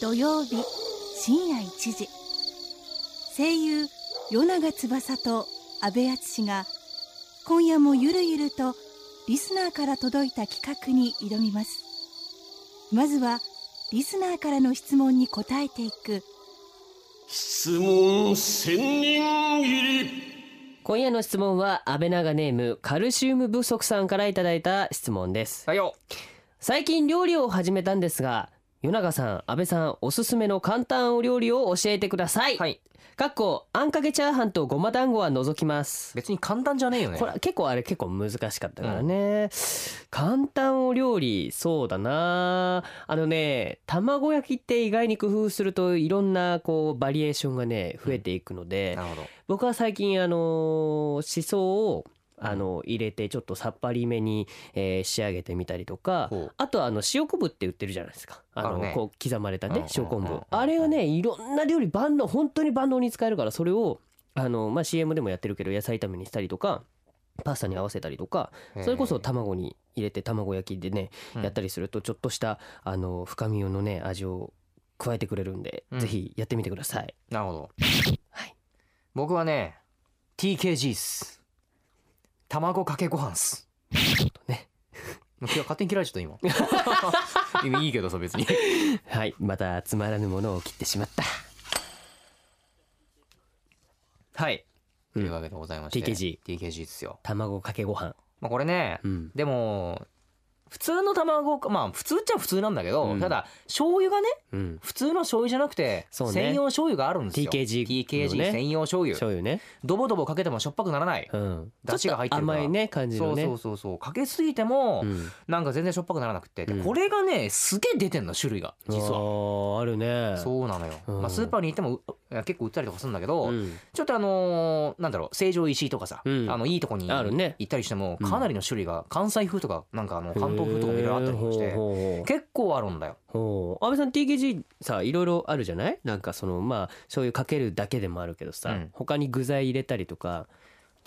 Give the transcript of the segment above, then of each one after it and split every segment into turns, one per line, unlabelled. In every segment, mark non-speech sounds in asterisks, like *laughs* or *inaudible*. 土曜日深夜1時声優与永翼と阿部淳が今夜もゆるゆるとリスナーから届いた企画に挑みますまずはリスナーからの質問に答えていく
質問千人入り
今夜の質問は安倍長ネームカルシウム不足さんからいただいた質問です
採用
最近料理を始めたんですが与永さん安倍さんおすすめの簡単お料理を教えてください、
はい
かっこあんかけチャーハンとごま団子は除きます
別に簡単じゃねえよね
これ結構あれ結構難しかったからね、簡単お料理そうだなあのね卵焼きって意外に工夫するといろんなこうバリエーションがね増えていくので、
なるほど
僕は最近あのしそをあの入れてちょっとさっぱりめに、えー仕上げてみたりとか
ほう
あとはあの塩昆布って売ってるじゃないですかあ
あ
の
るね
こう刻まれた
うんうん
ね
うん
塩昆
うんう
布
ん
あれはねいろんな料理万能本当に万能に使えるからそれをあの、まあ、CM でもやってるけど野菜炒めにしたりとかパスタに合わせたりとかそれこそ卵に入れて卵焼きでね
うん
やったりするとちょっとしたあの深みのね味を加えてくれるんで
うん
ぜひやってみてください。
なるほど
はい
僕はね TKG っす卵かけご飯っす
ね
いや勝手に嫌いちゃった
*laughs*
今今いいけどさ別に
はいまたつまらぬものを切ってしまった
はい、
うん
というわけでございまして
TKG
TKG っすよ
卵かけご飯
まあこれね、
うん
でも普通の卵かまあ普通っちゃ普通なんだけど、
うん
ただ醤油がね
うん
普通の醤油じゃなくて、
そうね
専用醤油があるんですよ
TKG の
TKG
ね
専用醤油
醤油ね
ドボドボかけてもしょっぱくならない、
うん
出汁が入ってるから
ちょっと甘いね感じ
そ
の
う
ね
そうそうそうかけすぎても、
うん
なんか全然しょっぱくならなくて、で
うん
これがねすげえ出てんの種類が実は。
はあるね
そうなのよ、
うん
まあ、スーパーに行ってもういや結構売ったりとかするんだけど、
うん
ちょっとあのーなんだろう成城石井とかさ、
うん
あのいいとこに
ある
行
ね
ったりしても
うん
かなりの種類が関西風とかなんかあの関東風とかもいろいろあったりとかし
へー
て
ほうほう
結構あるんだよ。
ほう安倍さん TKG さいろいろあるじゃないなんかそのまあ醤油かけるだけでもあるけど
う
さ
ん
他に具材入れたりとか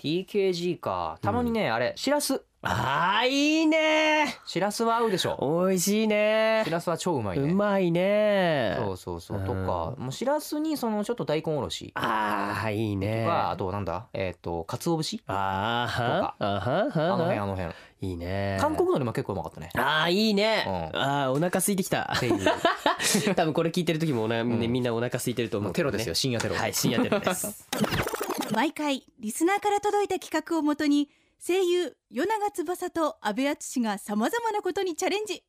TKG かたまにね、あれしらす
あーいいね
しらすは合うでしょ
美味しいね
しらすは超うまいうね
まいね
そうそうそう
うん
とかもうしらすにそのちょっと大根おろし
あーいいね
はあとなんだえっと鰹節
あー
とか
あはんは
あの
んはん
辺あの辺
いいね
韓国のりも結構うまかったね
ああいいね、
うん
ああお腹空いて
*laughs*
きた
っていう
多分これ聞いてる時もおな、ね
うん
みんなお腹空いてると思
も
う
う
け
テ
ど
ロ
ね、
ですよ深夜テロ
はい深夜テロです
*laughs*
毎回リスナーから届いた企画をもとに声優与永翼と阿部淳がさまざまなことにチャレンジ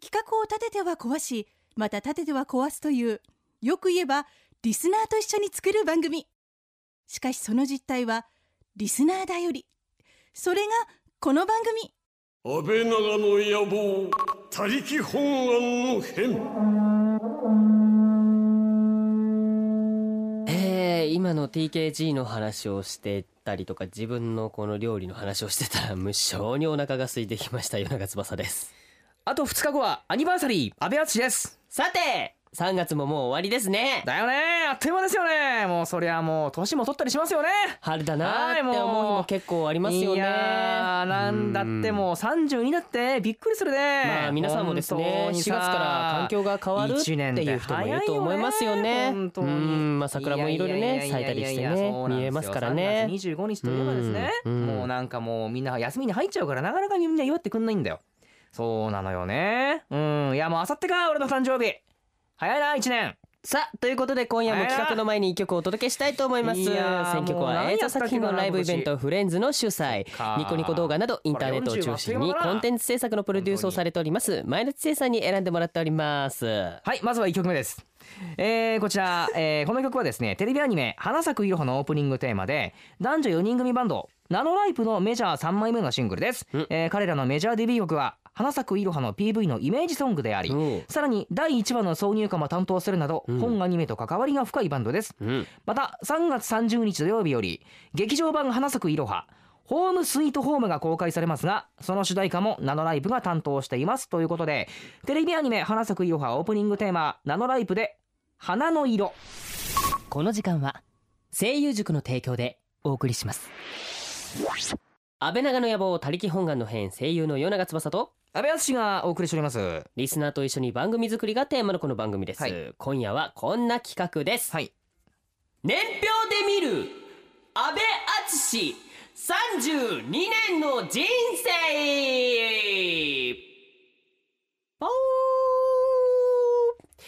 企画を立てては壊しまた立てては壊すというよく言えばリスナーと一緒に作る番組しかしその実態はリスナーだよりそれがこの番組
安倍長の野望他力本願の変
えー、今の TKG の話をしてたりとか自分のこの料理の話をしてたら無性にお腹が空いてきました夜中翼です
あと2日後はアニバーサリー安倍淳です
さて3月ももう終わりですね
だよねあっという間ですよねもうそりゃもう年も取ったりしますよね
春だなーっ
はい
て
もう
思う日も結構ありますよね
いやーなんだってもう30になってびっくりするね
まあ皆さんもです
本
ね
当
4
に
月
さ
から環境が変わるって
一年
いう人もいると思いますよ
早い
ね。
よ本当
う
に
んまあ桜もいろいろね咲いたりしてね見えますからね。
二十五日といえばですね、
うんうん
もうなんかもうみんな休みに入っちゃうからなかなかみんな祝ってくんないんだよそうなのよねうんいやもう明後日か俺の誕生日早いな一年
さあということで今夜も企画の前に一曲をお届けしたいと思います。
いやー
選曲
もう
は
何や
映像
ったっ
作
け
品
な
のライブイベント「フレンズ」の主催
か
ニコニコ動画などインターネットを中心にコンテンツ制作のプロデュースをされております前田知生さんに選んでもらっております。
はいまずは1曲目ですえーこちら、えーこの曲はですねテレビアニメ「花咲くいろは」のオープニングテーマで男女4人組バンドナノライプのメジャー3枚目のシングルです、
うん
えー彼らのメジャーデビュー曲は「花咲くいろは」の PV のイメージソングであり
うん
さらに第1話の挿入歌も担当するなど、
うん
本アニメと関わりが深いバンドです
うん
また3月30日土曜日より劇場版「花咲くいろは」ホームスイートホームが公開されますがその主題歌もナノライブが担当していますということでテレビアニメ「花咲くいろは」オープニングテーマ「ナノライブ」で「花の色
この時間は声優塾の提供でお送りします安倍長の野望他力本願の編声優の与永翼と
安倍淳がお送りしております
リスナーと一緒に番組作りがテーマのこの番組です、
はい
今夜はこんな企画です、
はい
年表で見る安倍淳32年の人生ポー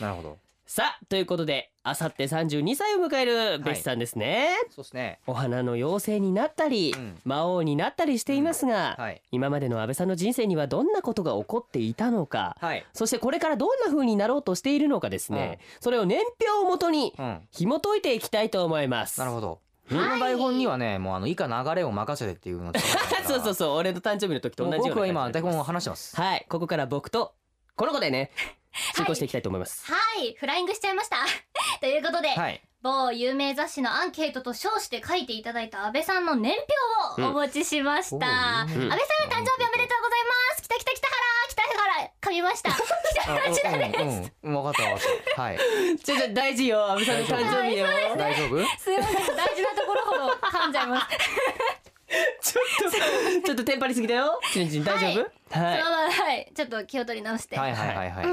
なるほど
さあということであさって32歳を迎えるベシさんですね、
そうですね
お花の妖精になったり、
うん
魔王になったりしていますが、
はい
今までの安倍さんの人生にはどんなことが起こっていたのか、
はい
そしてこれからどんな風になろうとしているのかですね、それを年表をもとに
うん
紐解いていきたいと思います。
なるほどこの台本にはねもうあの以下流れを任せてっていうのが
*laughs* *laughs* そうそうそう俺の誕生日の時と同
も
じ
う
ような
僕は今
感じ
台
に
本
なって
を
ま
話
す
してます
はいここから僕とこの子でね進行していきたいと思います、
はい、フライングしちゃいました。 *laughs* ということで、
はい
某有名雑誌のアンケートと称して書いていただいた安倍さんの年表をお持ちしました。
おー
安
いい
倍さん
ね
の誕生日おめでとうございます。きたきたきたはら、きたはら、噛みました。
*laughs*
きたはらちだね。
うん *laughs* うん、分かった分かった。はい。
じゃじゃ大事よ安倍さんの誕生日よ
大丈夫？
すいません、大事なところほど噛んじゃい
*laughs*
ます。
ちょっとちょっとテンパりすぎだよちんちん大丈夫はい、
そのままはい、ちょっと気を取り直して。
はいはいはいはい。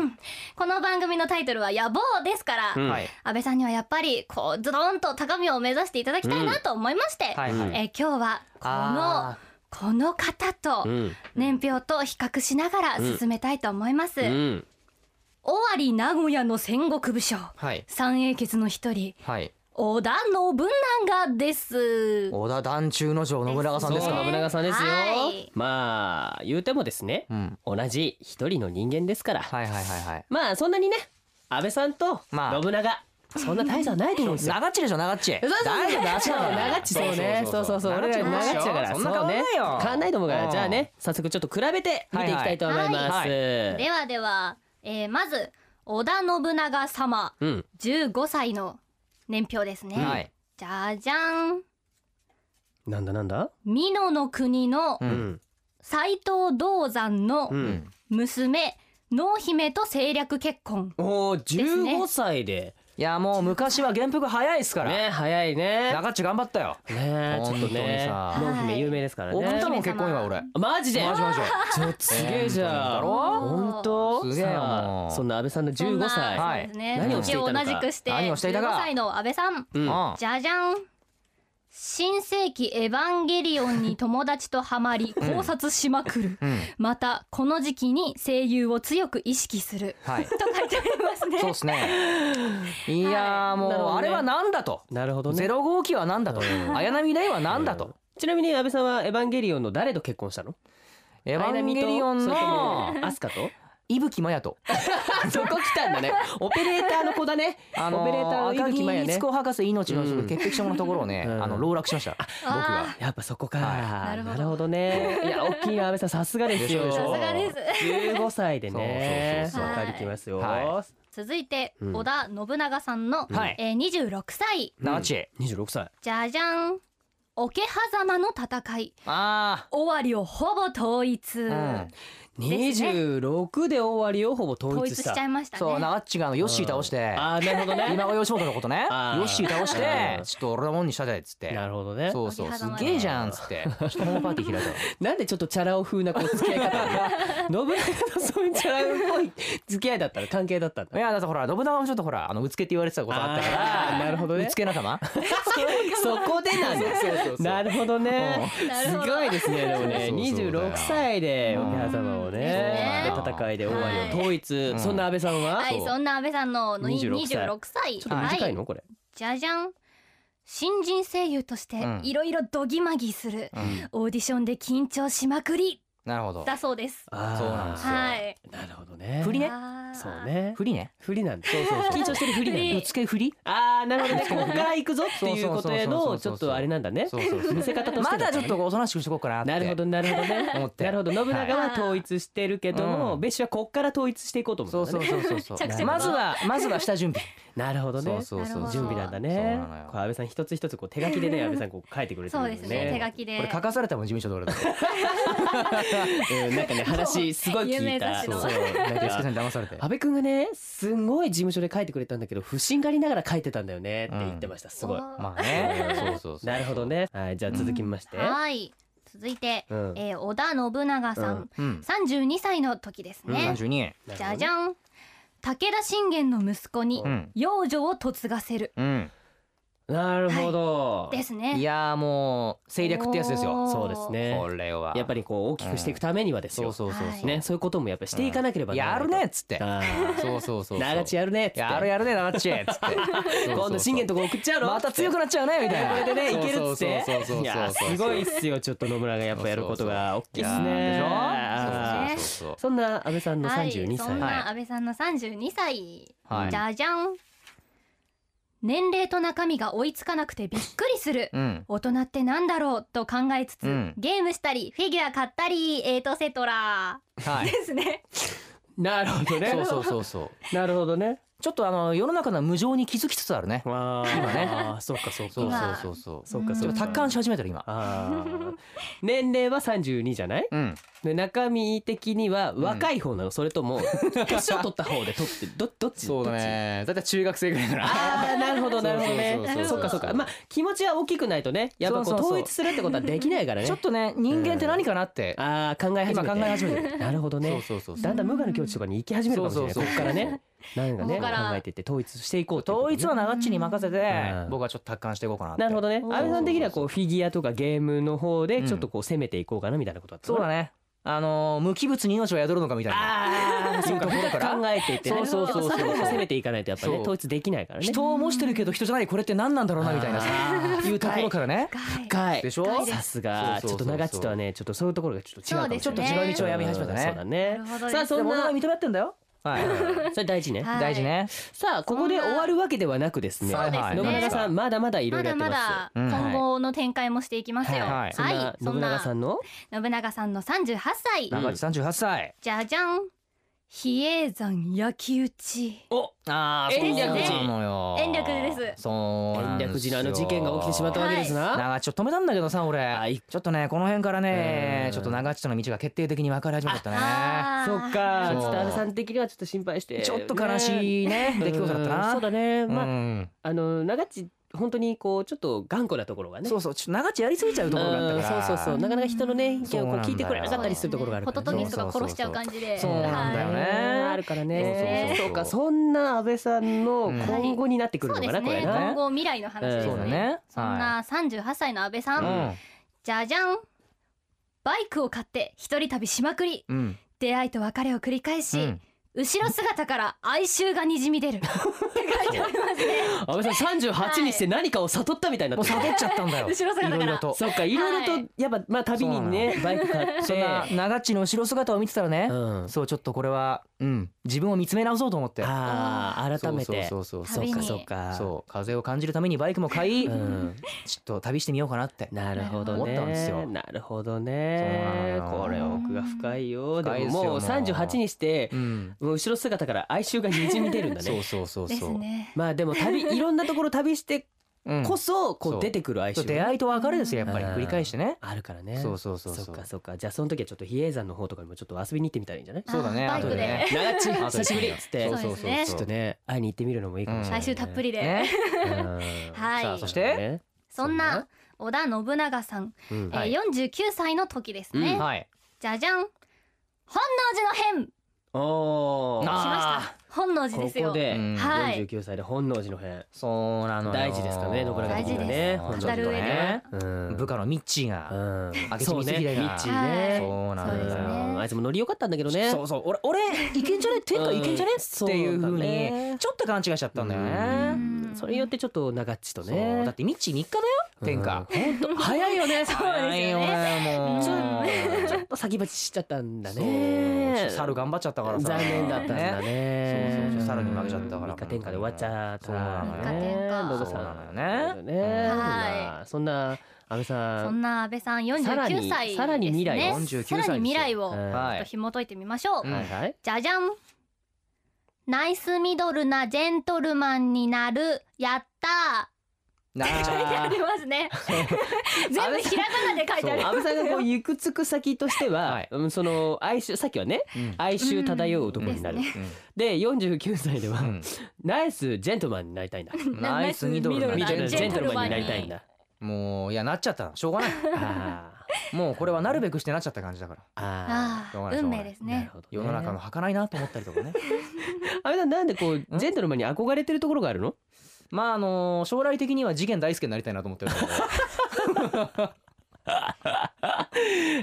この番組のタイトルは野望ですから、
うん
はい
安倍さんにはやっぱりこうズドンと高みを目指していただきたいなと思いまして、
はいはい。
えー今日はこの
あ
この方と
うん
年表と比較しながら進めたいと思います、
うん
尾張名古屋の戦国武将
はい
三英傑の一人
はい。
織田信長です
織田団中の城信長さ
そ
ん
う
です
信
か。
長さんですよ
はい
まあ言うてもですね
うん。
同じ一人の人間ですから、
はいはいはいはい。
まあそんなにね安倍さんと信
まあ
長、そんな大差はないと思うんですよ
長っちでしょ長っち。
そうそう
*laughs*
そう
大丈夫長っちだから
長っちそうねそうそうそう俺ら長っちだから
そんな変わんないよ。
そうね変わんないと思うからじゃあ。ね早速ちょっと比べて見ていきたいと思いま
は
す
い
ではでは、えーまず織田信長様
うん
15歳の年表ですね、
はい。
じゃじゃん
なんだなんだ
美濃の国の
うん
うん
斎藤道山の
うん
娘濃姫と政略結婚
おー
すね
15歳で
いやもう昔は元服早いですから。
ね早いね
長っち頑張ったよ。
ねちょっとね
本
当にさ
濃姫有名ですから
送っ
ね
たもん結婚今俺。
マジで
マジマジ。
ちょっとすげえじゃん
だろ？
本当
すげえよ
さ
も
あ
う
そんな安倍さんの15歳
はい
そうですね、
何をしていたのか
年を同じくして
何をしていた
15
か
歳の安倍さん
うん
うん
じゃじゃん新世紀エヴァンゲリオンに友達とハマり考察しまくる、
うん。
またこの時期に声優を強く意識する
はい。
と書いてありますね
そうです
*laughs*
ね。いやーもう
なるほどね
あれはなんだと。
なるほど
ゼ
ね
ロ号機はなんだと。綾波レイはなんだと。
ちなみに安倍さんはエヴァンゲリオンの誰と結婚したの
エヴァンゲリオン
それと
の
もアスカ *laughs* と
伊吹マヤと。
そこ来たんだねオペレーターの子だ *laughs* ね
あ
オペレーター
の
の伊
赤
吹
木
マヤね
律子博士命の
うん
潔癖症のところをね、
うん
あの籠絡しました。僕
あ
が。
やっぱそこか、
は
なる
なるほど
ほどねいや大きいな安倍さんさすがですよ
でしょ
さすがです
15歳でね
そう
そうそうそう
わかりきますよ、
は
続いて、
うん
織田信長さんの、
はい
えー、26歳
長知。
26歳
じゃじゃん桶狭間の戦い
あ
尾張をほぼ統一、
あ。うん。
ですね
26で終わりをほぼ統
統
一
一
し
したちゃいましたね
そう長知があのヨッシー倒して、
ああなるほどね
今は吉本のことね。ヨ
あー
ッシー倒し
う
て
ん、
ちょっと俺のもんにしたじゃいっつって。
なるほどね
そうそう。
鳥
す
肌まで
げえじゃんっつって。人のパーティー開いたの。
なんでちょっとチャラ男風なこう付き合い方なの信長とそういうチャラ男っぽい付き合いだったら関係だったんだ
いやだってほら信長もちょっとほらあのうつけって言われてたことあったから
あーなるほどね
うつけ仲間
そこでなんだ
*laughs* そうそうそう
なるほどね
んなる
す
ほど
ごいですねでもね
そうそうそうだよ
26歳で
うん
桶狭間をね
ね
で戦いで終わりを統一
い
そんな安倍さんは
はい、
そう
そんな安倍さんののい
26
26
歳
歳
ちょっと短いのこれ
じゃじゃん新人声優として
うん
いろいろどぎまぎする、
うん
オーディションで緊張しまくり
なるほど
だそうです
あー
そうなんですよ
はい
なるほどね
振りね
あー
そうね
フリね
振りなんだそう
そうそう
緊張してる振りなんだ
ぶつけ振り
あーなるほどねここから行くぞっていう
そうそう
ことへ
そうそうそう
のちょっとあれなんだね
そうそうそう
見せ方として
まだ
だった
*laughs* ちょ
ね
っとおとなしくしとこうかなって
なるほどなるほどね
*laughs* 思って
なるほど信長は統一してるけども、
うん
別紙はこっから統一していこうと思
そう
ったん
そ
だ
う
ね
そう *laughs* そうそう
着々と
まずはまずは下準備
なるほどね
そうそう
なるほど
準備なん
そ
だ
う
ね
なのよ
こう安倍さん一つ一つこう手書きでね安倍さんこう書いてくれてる
そ
ん
う
だよ
ですね手書き
こ
で
れ書かされたもん事務所で俺だと
うんなんかね話す
*laughs*
ごい
有
聞い
名
た
雑誌
そ
の
う
そうなんか安
な
さ
んか
んに騙されて
安倍くんがねすんごい事務所で書いてくれたんだけど不審がりながら書いてたんだよねって言ってましたすごい
おー
まあねそうそうそう
なるほどねはいじゃあ続きまして
はい続いて、
うん
えー織田信長さん、
*laughs* うん
32歳の時ですね、
32
じゃじゃん武田信玄の息子に
うん
養女を嫁がせる
うん
なるほど、
ですね
いやーもう政略ってやつです
お
よ
ー
そうですね
これは
やっぱりこう大きくしていくためにはですよ、
そうそうそう
はい
そう
ねそういうこともやっぱりしていかなければな
や
らないと
るねっつって
あー
そうそうそうそう
長地やるねっつって
やるやるね長っちっつって *laughs*
今度信玄とこ送っちゃうの
また強くなっちゃうねみたいな
これでねいけるっつって
そうそうそうそうそうそう
いやすごいっすよちょっと野村がやっぱやることが大きいっすね
や
あ
ー
ー
でしょそうそうそう
そんな安倍さんの
はい、
32
そん
歳、
な安倍さんの32歳、
はい
じゃじゃん年齢と中身が追いつかなくてびっくりする
そううん
大人ってなんだろうと考えつつ、
うん
ゲームしたりフィギュア買ったりエイトセトラ
は
で
い
すね
なるほどね
そうそうそうそう
なるほどね
ちょっとあの世の中の無情に気づきつつあるね
わあ
今ね
あーそうかそうか
そう
今
そうそうそう
そうか
うん
ち
そ
ょ
う
っと
か
達観し始めてる今
あー年齢は32じゃない
うん
で中身的には若い方なの、それ
*laughs*
とも年を取った方で取ってどどっち
そうだねだいたい中学生ぐらいか
どっち
ら
ああなるほどなるほどね
そうそうそう
そ
そうっかそっかまあ気持ちは大きくないとねやっぱこ
そう
う
そうそう
統一するってことはできないからね
ちょっとね人間って何かなって
ああ考え始めて
今考え始 *laughs* めて
なるほどね
そうそうそうそう
だんだん無我の境地とかに行き始めるかもしれない
そうそうそう
ここからねなんかね
ここから
考えてって統一していこうっていうこと
統
ね
一は長っちに任せて
うん
僕はちょっと達観していこうかなって
なるほどね
おー
安倍さん的にはこうフィギュアとかゲームの方でちょっとこう攻めていこうかなみたいなことだった
そうだねあのー無機物に命は宿るのかみたいな
ああそうか
そういうところから
考えていってね
そうそうそうそう
やっぱれを攻めていかないとやっぱね
そう
統一できないからね
人を模してるけど人じゃないこれって何なんだろうなみたいなさ
あー
いうところからね
深い
深い
でしょ
深いです
さす
そ
が
う
ちょ
そ
っ
う
と
そうそう
長地とはねちょっとそういうところがちょっと違うかもしれない
そうですねちょっと違う
道を歩み始めたね
そうだね
なるほどです
さあそ
で
ん
も
な
認めてんだよはい
それ大事ね
はい
大事ね
さあここで終わるわけではなくですね
そうですね
野村さんまだまだいろ
ま
いろや
だ
ってま
ますだ
うん
今後の展開もしていきますよ、
はい
は
はいい
そんな信長さ
ん
んの
信長さんの38歳、
うん
長地38歳
じゃじゃん比叡山焼き討ち
お
あ。
ー
そう
な
延暦です
そうな
延
んですよ
暦寺のあの事件が起きてしまったわけですな
長地を止めたんだけどさ俺、
はい
ちょっとねこの辺からね
うん
ちょっと長地との道が決定的に分かれ始めちゃったね
あ
そ
ー
っか
そう
ちょっと安倍さん的にはちょっと心配して
ちょっと悲しいね
ね
出来事だったな
うんそうだねまあ
うん
あの長地本当にこうちょっと頑固なところがね
そうそうちょっと長地やりすぎちゃうところがあったか
うん
ら
そうそうそう
ね
なかなか人のね意見をこう聞いてくれなかったりするところがある
ホ
か
ト
ら
トギス
そ
と
う
か殺しちゃう感じで
そうなんだよね
あるからね
そうそうそう
そうかそんな安倍さんの今後になってくる
そう
の
で
か
す
なこ
ね
れな
今後未来の話ですね,、
うん
そうだね
そんな38歳の安倍さん、
うん
じゃじゃんバイクを買って一人旅しまくり
うん
出会いと別れを繰り返し、
うん
後ろ姿から哀愁がにじみ出るって書いてありますね
安倍さん38にして何かを悟ったみたいにな
も
っ
う
てる
悟っちゃったんだよ
後ろ姿から
いろいろと
そっかいろいろ
は
と
い
やっぱまあ旅にねバイク買って
そんな長地の後ろ姿を見てたらね、
うん
そうちょっとこれは、うん、自分を見つめ直そうと思って
あー改めて
そうそうそうそう
旅に
そっかそっか
そう風を感じるためにバイクも買い、
うん
ちょっと旅してみようかなって
なるほど
思ったんです
ね
よ
なるほどね
そうなのよ
これ奥が深いよで
深い
も
ですよ
もう38にして
うん
もう後ろ姿から哀愁がにじみ出るんだ
そ
ね
うそうそう
です
そう、
ね
まあでも旅いろんなところ旅して
うん
こそこ
そうう
出てくる哀愁
出
ね
会いと別れですよやっぱり
うん
繰り返してね
あるからね
そうそうそうそう
そっかそっかじゃあその時はちょっと比叡山の方とかにもちょっと遊びに行ってみたらいいんじゃない
あー
そうだね
バイクで
後でね
長っち
あ
久しぶりっつって
そう
そう
そう
です
そう
ね
ち
そ
ょ
う
っとね会いに行ってみるのもいいかもしれない
哀
ね
愁たっぷりで、
ね、
うん
はい
さあ
ね
そんな織田信長さん、
うん
えー
はい
49歳の時です
う
ね、
んはい
じゃじゃん本能寺の変
おー
し
な
ました
あ
本能寺
こ
ですよ
こで
うん
はい
49歳で本能寺の変
そうなのよ
大事ですからね信長
的にはね大事です語る上では
うん
部下のミッチー
う
が、
ん
明智
そうね
光秀が
ミッチーね
そうな
そ
の
う
よ
ですね
うんあいつもノリ良かったんだけどね
そうそう俺俺いけんじゃね天下いけんじゃね
うん
っていう
そう
風
だね
にちょっと勘違いしちゃったんだよ
う
ね
ん
それによってちょっと長っちと
そう
ね
だってミッチー3日だよ天下
うんほんと早いよね
そうですよね
ね
ちょ
ちょっと先走しちゃったんだ
ね
ね
猿頑張っちゃったからさ
残念だったんだね
そうそうそう猿に負けちゃったから
三日天下で終わっちゃった
そう
なのよ
ノブ
そう
さん
なのよね
ね
はい
そんな安倍さ
そ
ん
んな安倍さん
さら
49
に
歳ですね
さらに未来
49
さらに未来を
う
ち
ん
ょっ
は
と
い
紐解いてみましょう、
うん
はいはい
じゃじゃんナイスミドルなジェントルマンになるやった
な
ー書いてありますね全部ひらがなで書いてある
安倍さんがこう行くつく先としては、うんその哀愁さっきはね
うん
哀愁漂う男になる、
うん
で49歳では、
うん
ナイスジェントルマンになりたいんだ
ナイスミドル
ナイスミドル
ジ
な
ェントルマンにな
ジ
り
ェ
た
ントルマン
い
に
んだ
もういやなっちゃったしょうがない
あ
もうこれはなるべくしてなっちゃった感じだから
あ
あ
しょうが
あ
ない
運命です
あ、なる
ね
ほどね
世の中の儚いなと思ったりとかね
あれだなんでこうジェントルマンに憧れてるところがあるの
まああのー将来的には次元大輔になりたいなと思ってるんだけど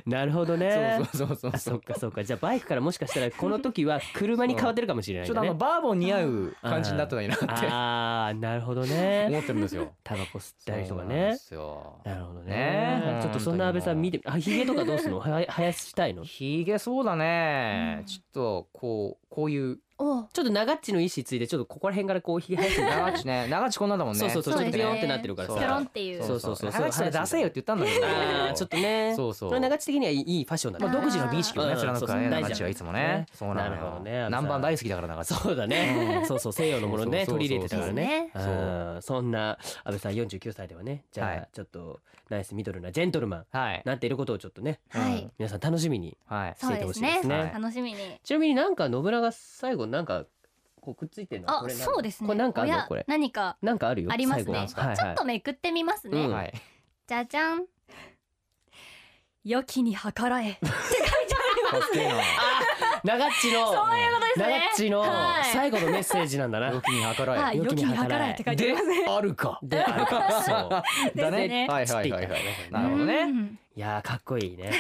なるほどね
そうそうそう
あ
そう
そっかそっかじゃあバイクからもしかしたらこの時は車に変わってるかもしれない
ちょ
ん
っと
だ
あの
ね
バーボン似合う感じになったらいいなって
ああなるほど
思
ね
ってるんですよ。
タバコ吸ったりとか
そうなんで
ね
すよ
なるほどね
ね
ちょっとそんな安倍さん見てあひげとかどうすんのは生やしたいのち
ひげそうだね、
うん
ちょっとこうこういう
お
ょ
う
っと長っちの意思ついてちょっとここら辺からこうひげ生やしてみた
長地ね長地こんなんだもんね
そうそうそう
そう
ちょっとビ
ですね
ヨンってなってるから
ぴょろんっ
さ
ていう
そうそう
長地それ出せよって言ったんだけど *laughs*
あーちょっとね
そうそう
これ長っち的にはいいいいファッションだ
まあ、
ね
独自の美意識をね
うん
貫くからね
そうそう
長地はいつもね
大事だ
そうなの
なるほ
よ
どね
南蛮大好きだから長地
そうだね。 *laughs* そうそう西洋のものね
そうそうそうそう
取り入れてたからね。
そ
で
う
すね
うんそんな安倍さん49歳ではね、じ
は
ゃあ
い
ちょっとナイスミドルなジェントルマン
はい
なっていることをちょっとね、
はい
皆さん楽しみに
はい
し
そ
て
う
いて
で
ほし
す
いで
ね
すね。
楽しみに
ちなみになんか信長最後なんかこうくっついてるのは
あ
これなの
そうですね
これなんかある
お
の
や
これ。
何か
なんかあるよ。
あります
最
ね
後
ちょっとめくってみます
うん
ね
はい
じゃじゃん良きに計らえ
かっけえな
長っちの
そういうことですね
長っちの
はい
最後のメッセージなんだ
動
な。
きに計ら
は
え
い
良きに計
良きに計
ら
ら
え
えって書いてありますね
であるか。であるか。そう。
だ
です
ね
ね
はいはいはいはいなるほど
う
ね
ん
いやーかっこいいね。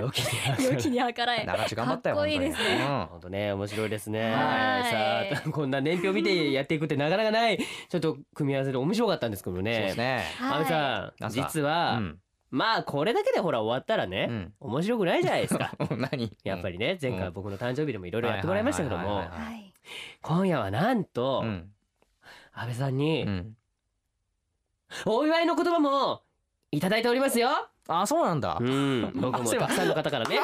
良きに計らえ
良きに
*laughs*
計らえ
長地頑張ったよ
かっこいい
本当に
です
う
ね
ん
本当ね面白いですね。
は
さ
い
あこんな年表見てやっていくってなかなかないちょっと組み合わせで面白かったんですけど
そうで
ね
す。ね
は
阿
い
部さん
なんすか
実は、
うん
まあこれだけでほら終わった
う
らね、
ん
面白くないじゃないですか。
*laughs* 何
やっぱ
り
りね前
う
回
ん
僕の誕生日でもいろいろやってもらいましたけど
はいはい
も
はいはいは
はい
今夜はなんと、
うん
安倍さんに
うん
お祝いの言葉もいただいておりますよ。
あそうなんだ
うん、 *laughs* 僕もたくさんの方からね。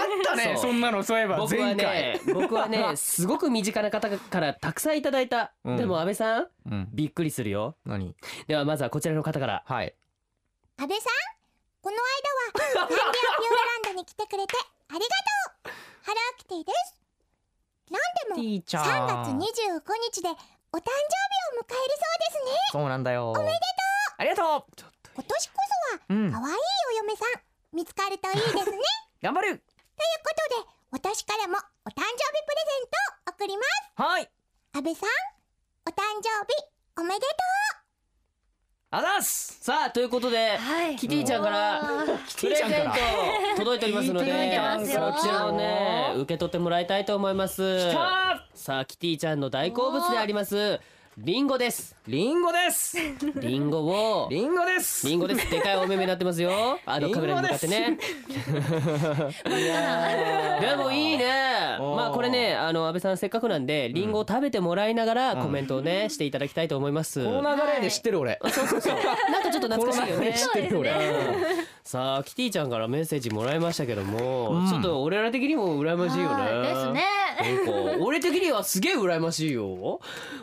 そう
なのそういえば
僕はね、僕はね、すごく身近な方からたくさんいただいた。
うん
でも安倍さん、
うん
びっくりするよ。
何
ではまずはこちらの方から
はい
安倍さんこの間はサンリオピューラランドに来てくれてありがとうハローキティですなんでも
ーち
3月25日でお誕生日を迎えるそうですね
そうなんだよおめでとうありがと
今年こ
ううん
そは可愛いお嫁さん見つかるといいですね
頑張る
ということで私からもお誕生日プレゼントを贈りま
はい
す安倍さんお誕生日おめでと
あざっす
さあということで
はい
キティちゃんから
わー
プレゼント届いておりますので
届いてますよ
そちらをね受け取ってもらいたいと思います
きた
さあキティちゃんの大好物でありますリンゴです
リンゴ *laughs* です
リンゴを
リンゴです
リン
*laughs*
ゴですでかいお目目になってますよあのカメラに向かってねでもいいね
おー
まあこれねあの安倍さんせっかくなんでリンゴを食べてもらいながらコメントをねしていただきたいと思います
この流れで知ってる俺そうそうそう
なんかちょっと懐かしいよね。
知ってるよ俺
さあキティちゃんからメッセージもらいましたけども、
うん
ちょっと俺ら的にも羨ましいよ
はい
ね。
ですね。
なんか俺的にはすげえ羨ましいよ。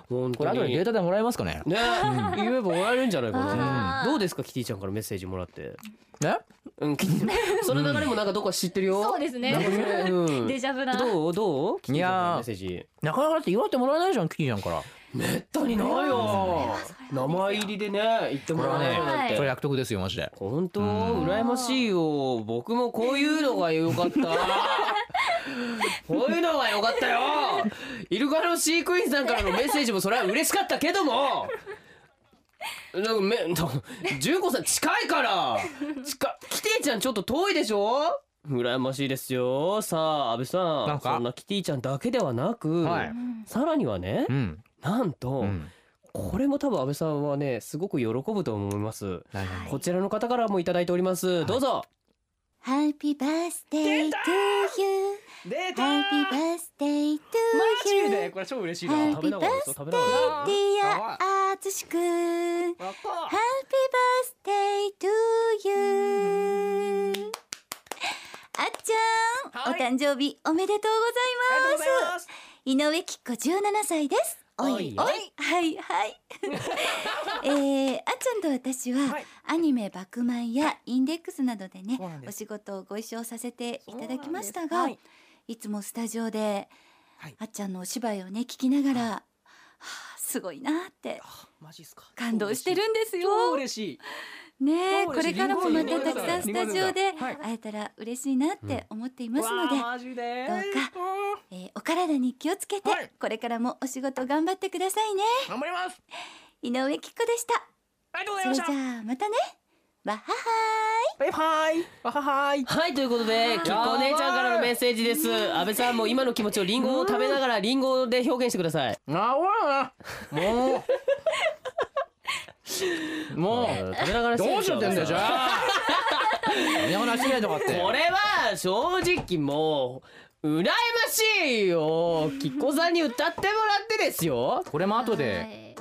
本
これ
当
後で
に。
デー
ね、
タでもらえますかね
言えばもらえるんじゃないかな。
あー
どうですかキティちゃんからメッセージもらって。
ね
うん、キティ
*laughs*
その流れもなんかどこか知ってるよ。
そうですね
なんかうん
デジャブな
どうどうキティちゃんからメッセージ。
なかなかだって祝ってもらえないじゃんキティちゃんから
めったにないよ。名前入りでね言ってもらわないよなん
え
て
それ。約束ですよマジで
本当、
うん
羨ましいよ僕もこういうのが良かった
*laughs*
こういうのが良かったよイルカの飼育員さんからのメッセージもそれは嬉しかったけどもなんかめ純子さん近いから近いキティちゃんちょっと遠いでしょ羨ましいですよさあ安倍さ
なんか
んそんなキティちゃんだけではなく、
はい
さらにはね
うん
なんと、
うん
これも多分安倍さんはねすごく喜ぶと思います
何々
こちらの方からもいただいております。どうぞ。
う Happy birthday to you
出
Happy birthday to
マジ
you
でこれ超嬉しいな
Happy
食べながら食べながら。
Dear あつしくん Happy birthday to
はい
you あっちゃん、お誕生日おめでとうございます
す
井上きっ子17歳ですおいお
お
い
い
はい *laughs* はいえー、あっちゃんと私は、
はい
アニメ「バクマン」や「インデックス」などでね
そうなんで
お
す
仕事をご一緒させていただきました
そう
が
なん
い
で
つもスタジオで、
はい
あっちゃんのお芝居をね聞きながら、はあ、す
すごいなって
マジっすか
感動してるんですよ
超嬉しい
ねえ
超
こ
嬉し
れ
い
からもまた
リンゴ
た
さん
くさんスタジオで会えたら嬉しいなって思っていますので、
わあマジで
どうかえーお体に気をつけて、
はい
これからもお仕事頑張ってくださいね
頑張ります
井上貴子でした
ありがとうござい
そ
ま
れ
し
じ
た
ゃあまたねわはは
バイバイわははーい
はいということできっこお姉ちゃんからのメッセージです安倍さんも今の気持ちをリンゴを食べながらリンゴで表現してください
あおいなもうもう
食べながら
どうしようってんだよじゃあ見放しないとかって
これは正直もう羨ましいよきっこさんに歌ってもらってですよ
これも後で、
はい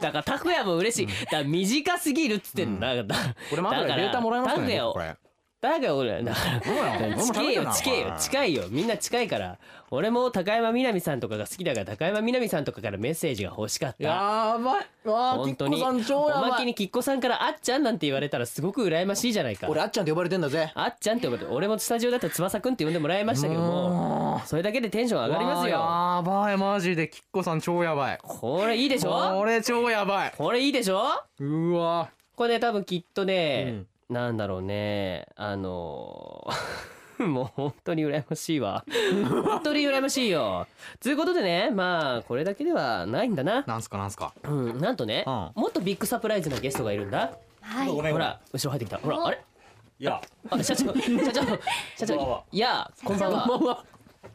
だから拓也も嬉しいだから短すぎるっつってんだ、だから
これも後で
だ
デ
から
ータもらえますから
拓
ね
也を
これ
だから俺だから
どうなの俺も食べ
近
て
い
る
よ
な
近いよ近いよみんな近いから俺も高山みなみさんとかが好きだから高山みなみさんとかからメッセージが欲しかった
やばいわあき
本
っ
当
こ
に
さ
お
ん超や
ま
ば
け
い
にきっこさんからあっちゃんなんて言われたらすごく羨ましいじゃないか
俺あっちゃんって呼ばれてんだぜ
あっちゃんって呼ばれて俺もスタジオだったら翼くんって呼んでもらいましたけどもそれだけでテンション上がりますよ
わあやばいマジできっこさん超やばい
これいいでし
こ
ょ
れ超やばい
これいいでしょ
うわ
これね多分きっとね、なんだろうねあの *laughs* もう本当に羨ましいわ本当に羨ましいよということでねまあこれだけではないんだな、
なんすかなんすか
うん、なんとね、
うん
もっとビッグサプライズなゲストがいるんだ
はい
ごめん
ほら後ろ入ってきたほら
お
あれ
いや
あ社長社長社
こんばん
長
はい
やこんばん
こ
は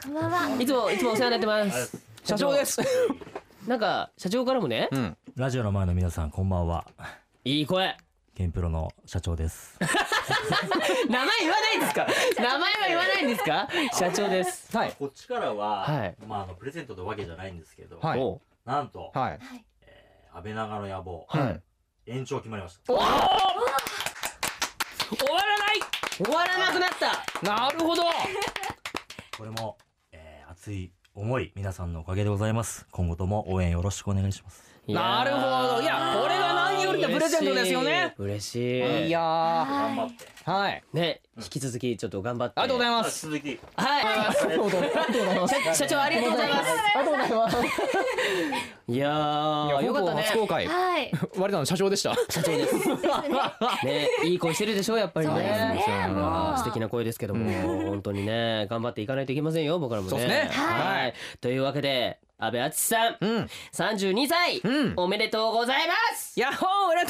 こんばんはい
つもいつもお世話になってます
社長です
なんか社長からもね、
うん
ラジオの前の皆さんこんばんは。
いい声
ケンプロの社長です。
名前言わないんですか名前は言わないんですか社長です
はい
こっちからは、
はい
まあ、あのプレゼントのわけじゃないんですけど、
はい
おう
なんと、
はい
安倍長の野望、
はい
延長決まりました。
終わらない終わらなくなった
なるほど
これも、えー熱い。
思い皆さんのおかげでございます。今後とも応援よろしくお願いします。
いやー
なるほどいやこれが何よりのプレゼントですよね
嬉しい
いや
はい
ーはい
ーね引き続きちょっと頑張って
ありがとうござい
ま
ます
続き、
すはい
ありがとうございます
社社長ありがとうございます
ありがとうございます
いやーよかったね
初公開
はい
我らの社長で *laughs* した
社長ですねいい声してるでしょやっぱりね
そうですね
うん
もう
素敵な声ですけども本当にね頑張っていかないといけませんよ僕らもね
そうですね
はい、
は
というわけで安倍敦さん
うん
32歳、
うん
おめでとうございます
やっほーおめ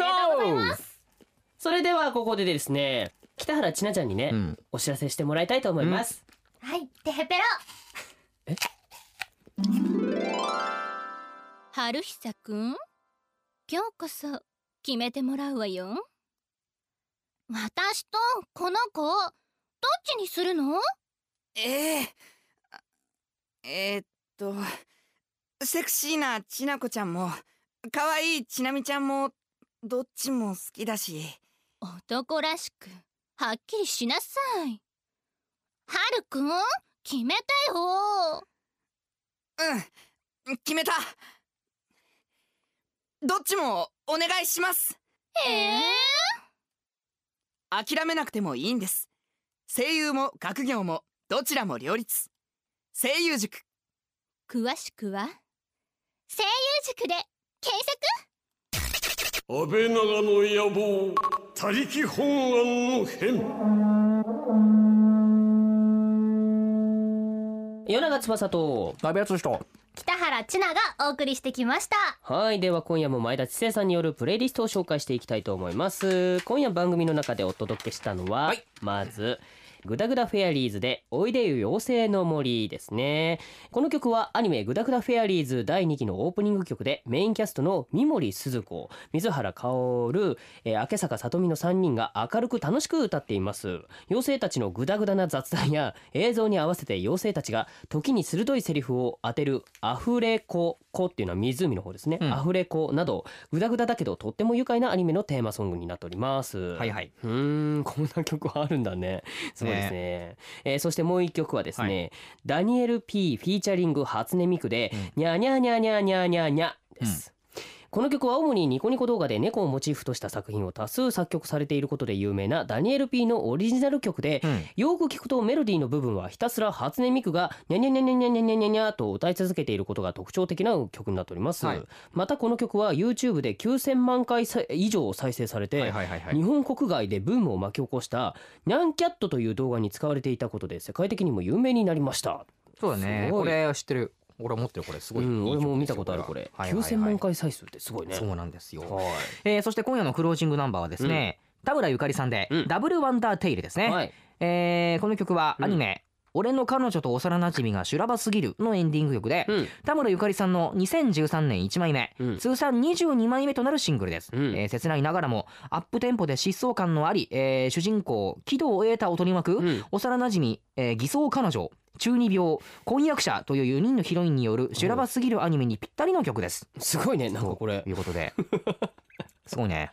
でとう
それではここでですね北原千奈ちゃんにね、
うん
お知らせしてもらいたいと思います、
はいテヘペロ
え
春久くん今日こそ決めてもらうわよ私とこの子どっちにするの
ええあえーっとセクシーなちなこちゃんも可愛いちなみちゃんもどっちも好きだし
男らしくはっきりしなさい春くん決めてよ
うん決めたどっちもお願いします
えー
諦めなくてもいいんです声優も学業もどちらも両立声優塾
詳しくは声優塾で検索
安倍長の野望他力本願の変
夜長翼と
鍋やつ人
北原千奈がお送りしてきました
はいでは今夜も前田知世さんによるプレイリストを紹介していきたいと思います今夜番組の中でお届けしたのは、
はい
まずグダグダフェアリーズでおいでよ妖精の森ですねこの曲はアニメグダグダフェアリーズ第2期のオープニング曲でメインキャストの三森すず子水原香織、えー、明坂さとみの3人が明るく楽しく歌っています妖精たちのグダグダな雑談や映像に合わせて妖精たちが時に鋭いセリフを当てるアフレココっていうのは湖の方ですね、
うん
アフレコなどグダグダだけどとっても愉快なアニメのテーマソングになっております
はいはいう
ーんこんな曲あるんだねすごいですねえーそしてもう一曲はですね、
は
ダニエル P フィーチャリング初音ミクで、にゃーにゃーにゃーにゃーにゃーにゃーにゃーです、この曲は主にニコニコ動画で猫をモチーフとした作品を多数作曲されていることで有名なダニエル・ピーのオリジナル曲で、
うん
よく聞くとメロディーの部分はひたすら初音ミクがニャニャニャニャニャニャニャニャニャと歌い続けていることが特徴的な曲になっております、
はい
またこの曲は YouTube で9000万回さ以上再生されて、
はいはいはいはい
日本国外でブームを巻き起こしたニャンキャットという動画に使われていたことで世界的にも有名になりました
そうだね
すごい
これ知ってる俺持ってるこれすごいいい
うん、
曲
俺
ですよ
も見たことあるこれ、
はいはいはい
9000万回再生ってすごいね
そうなんですよ、
は
えーそして今夜のクロージングナンバーはですね、田村ゆかりさんで、
うん
ダブルワンダーテイルです
い、
ね、
はい、
えーこの曲はアニメ、俺の彼女と幼馴染が修羅場すぎるのエンディング曲で、
うん
田村ゆかりさんの2013年1枚目、
うん
通算22枚目となるシングルです、
うん
えー切ないながらもアップテンポで疾走感のあり、えー主人公喜怒を得たを取り巻く、
うん
幼馴染、えー偽装彼女中二病婚約者という4人のヒロインによる修羅場すぎるアニメにぴったりの曲です、
すごいねなんかこれ
ということ
*laughs*
ですごいね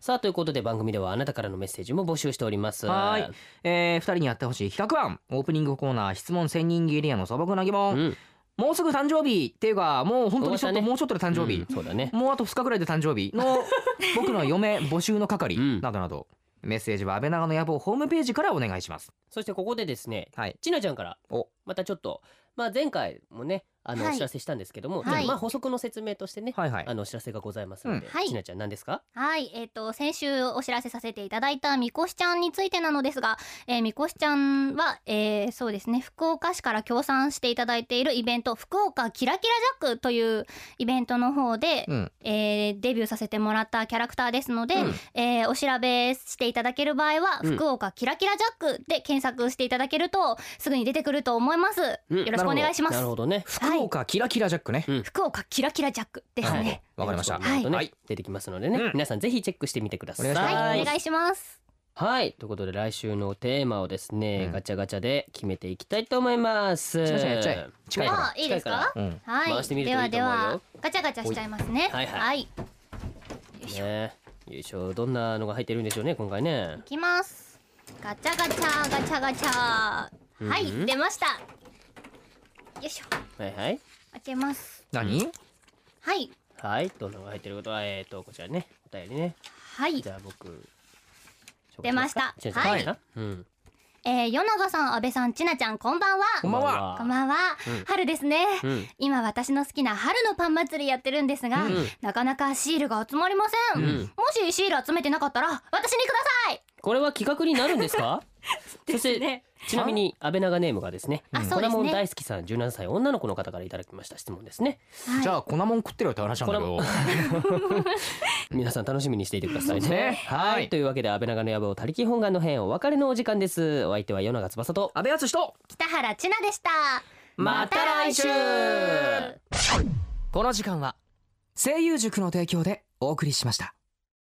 さあということで番組ではあなたからのメッセージも募集しております
はーい、えー、2人にやってほしい企画案オープニングコーナー質問千人切り屋の素朴な疑問、
うん
もうすぐ誕生日っていうかもう本当にちょっと、
終わったね
もうちょっとで誕生日、
うんそうだね
もうあと2日ぐらいで誕生日の僕の嫁募集の係
うん
などなど、メッセージは安倍長の野望ホームページからお願いします
そしてここでですね
はい
ちなちゃんから
お
またちょっと、まあ、前回もねあの、
はい
お知らせしたんですけども、
はい
まあ補足の説明としてね、
はいはい
あのお知らせがございますので、
うんはい
ちなちゃん何ですか
はい、えっ、と先週お知らせさせていただいたみこしちゃんについてなのですが、えー、みこしちゃんは、えーそうですね福岡市から協賛していただいているイベント福岡キラキラジャックというイベントの方で、
うん
えーデビューさせてもらったキャラクターですので、
うん
えーお調べしていただける場合は、
うん
福岡キラキラジャックで検索していただけるとすぐに出てくると思います、
うん
よろしくお願いします
なるほどね
は
福
い
岡キラキラジャックね、
福岡キラキラジャックです
はい
ね、
わかりました
よろくお願いします
は
はいい、出てきますのでね、
うん
皆さんぜひチェックしてみてください
お願いします
はいお願いします
はいということで来週のテーマをですね、
うん
ガチャガチャで決めていきたいと思います
ちなちゃんやっちゃえ近いから
あいいですか
近
うん
はい、
回してみるとい
で
いと思
は
うよ
ではガチャガチャしちゃいますね
はいはい
はい、い
いからねよいしょどんなのが入ってるんでしょうね今回ね
きますガチャガチャガチャガチャ、はい
うん
出ましたよいしょ
はいはい
開けます
何
はい
はいどんなのが入ってることはえっ、ー、とこちらねお便りね
はい
じゃあ僕
出ました
紹介しますか
はい
ちなちゃんかなうん
えー、与永さん安倍さんちなちゃんこんばんは
こんばんは
こんばんは、
うん
春ですね、
うん
今私の好きな春のパン祭りやってるんですが、
うん
なかなかシールが集まりません、
うん
もしシール集めてなかったら私にください
これは企画になるんですかそして、
ね
ちなみに安倍長ネームがですね
あ
うん
そうですね
粉もん大好きさん17歳女の子の方からいただきました質問ですね
はい
じゃあ粉もん食ってるよって話なんだけど
皆さん楽しみにしていてください
そうですね
ね
は
はいいというわけで安倍長の野望たりき本願の編お別れのお時間ですお相手は与永翼と
安倍敦と
北原千奈でした
また来週
この時間は声優塾の提供でお送りしました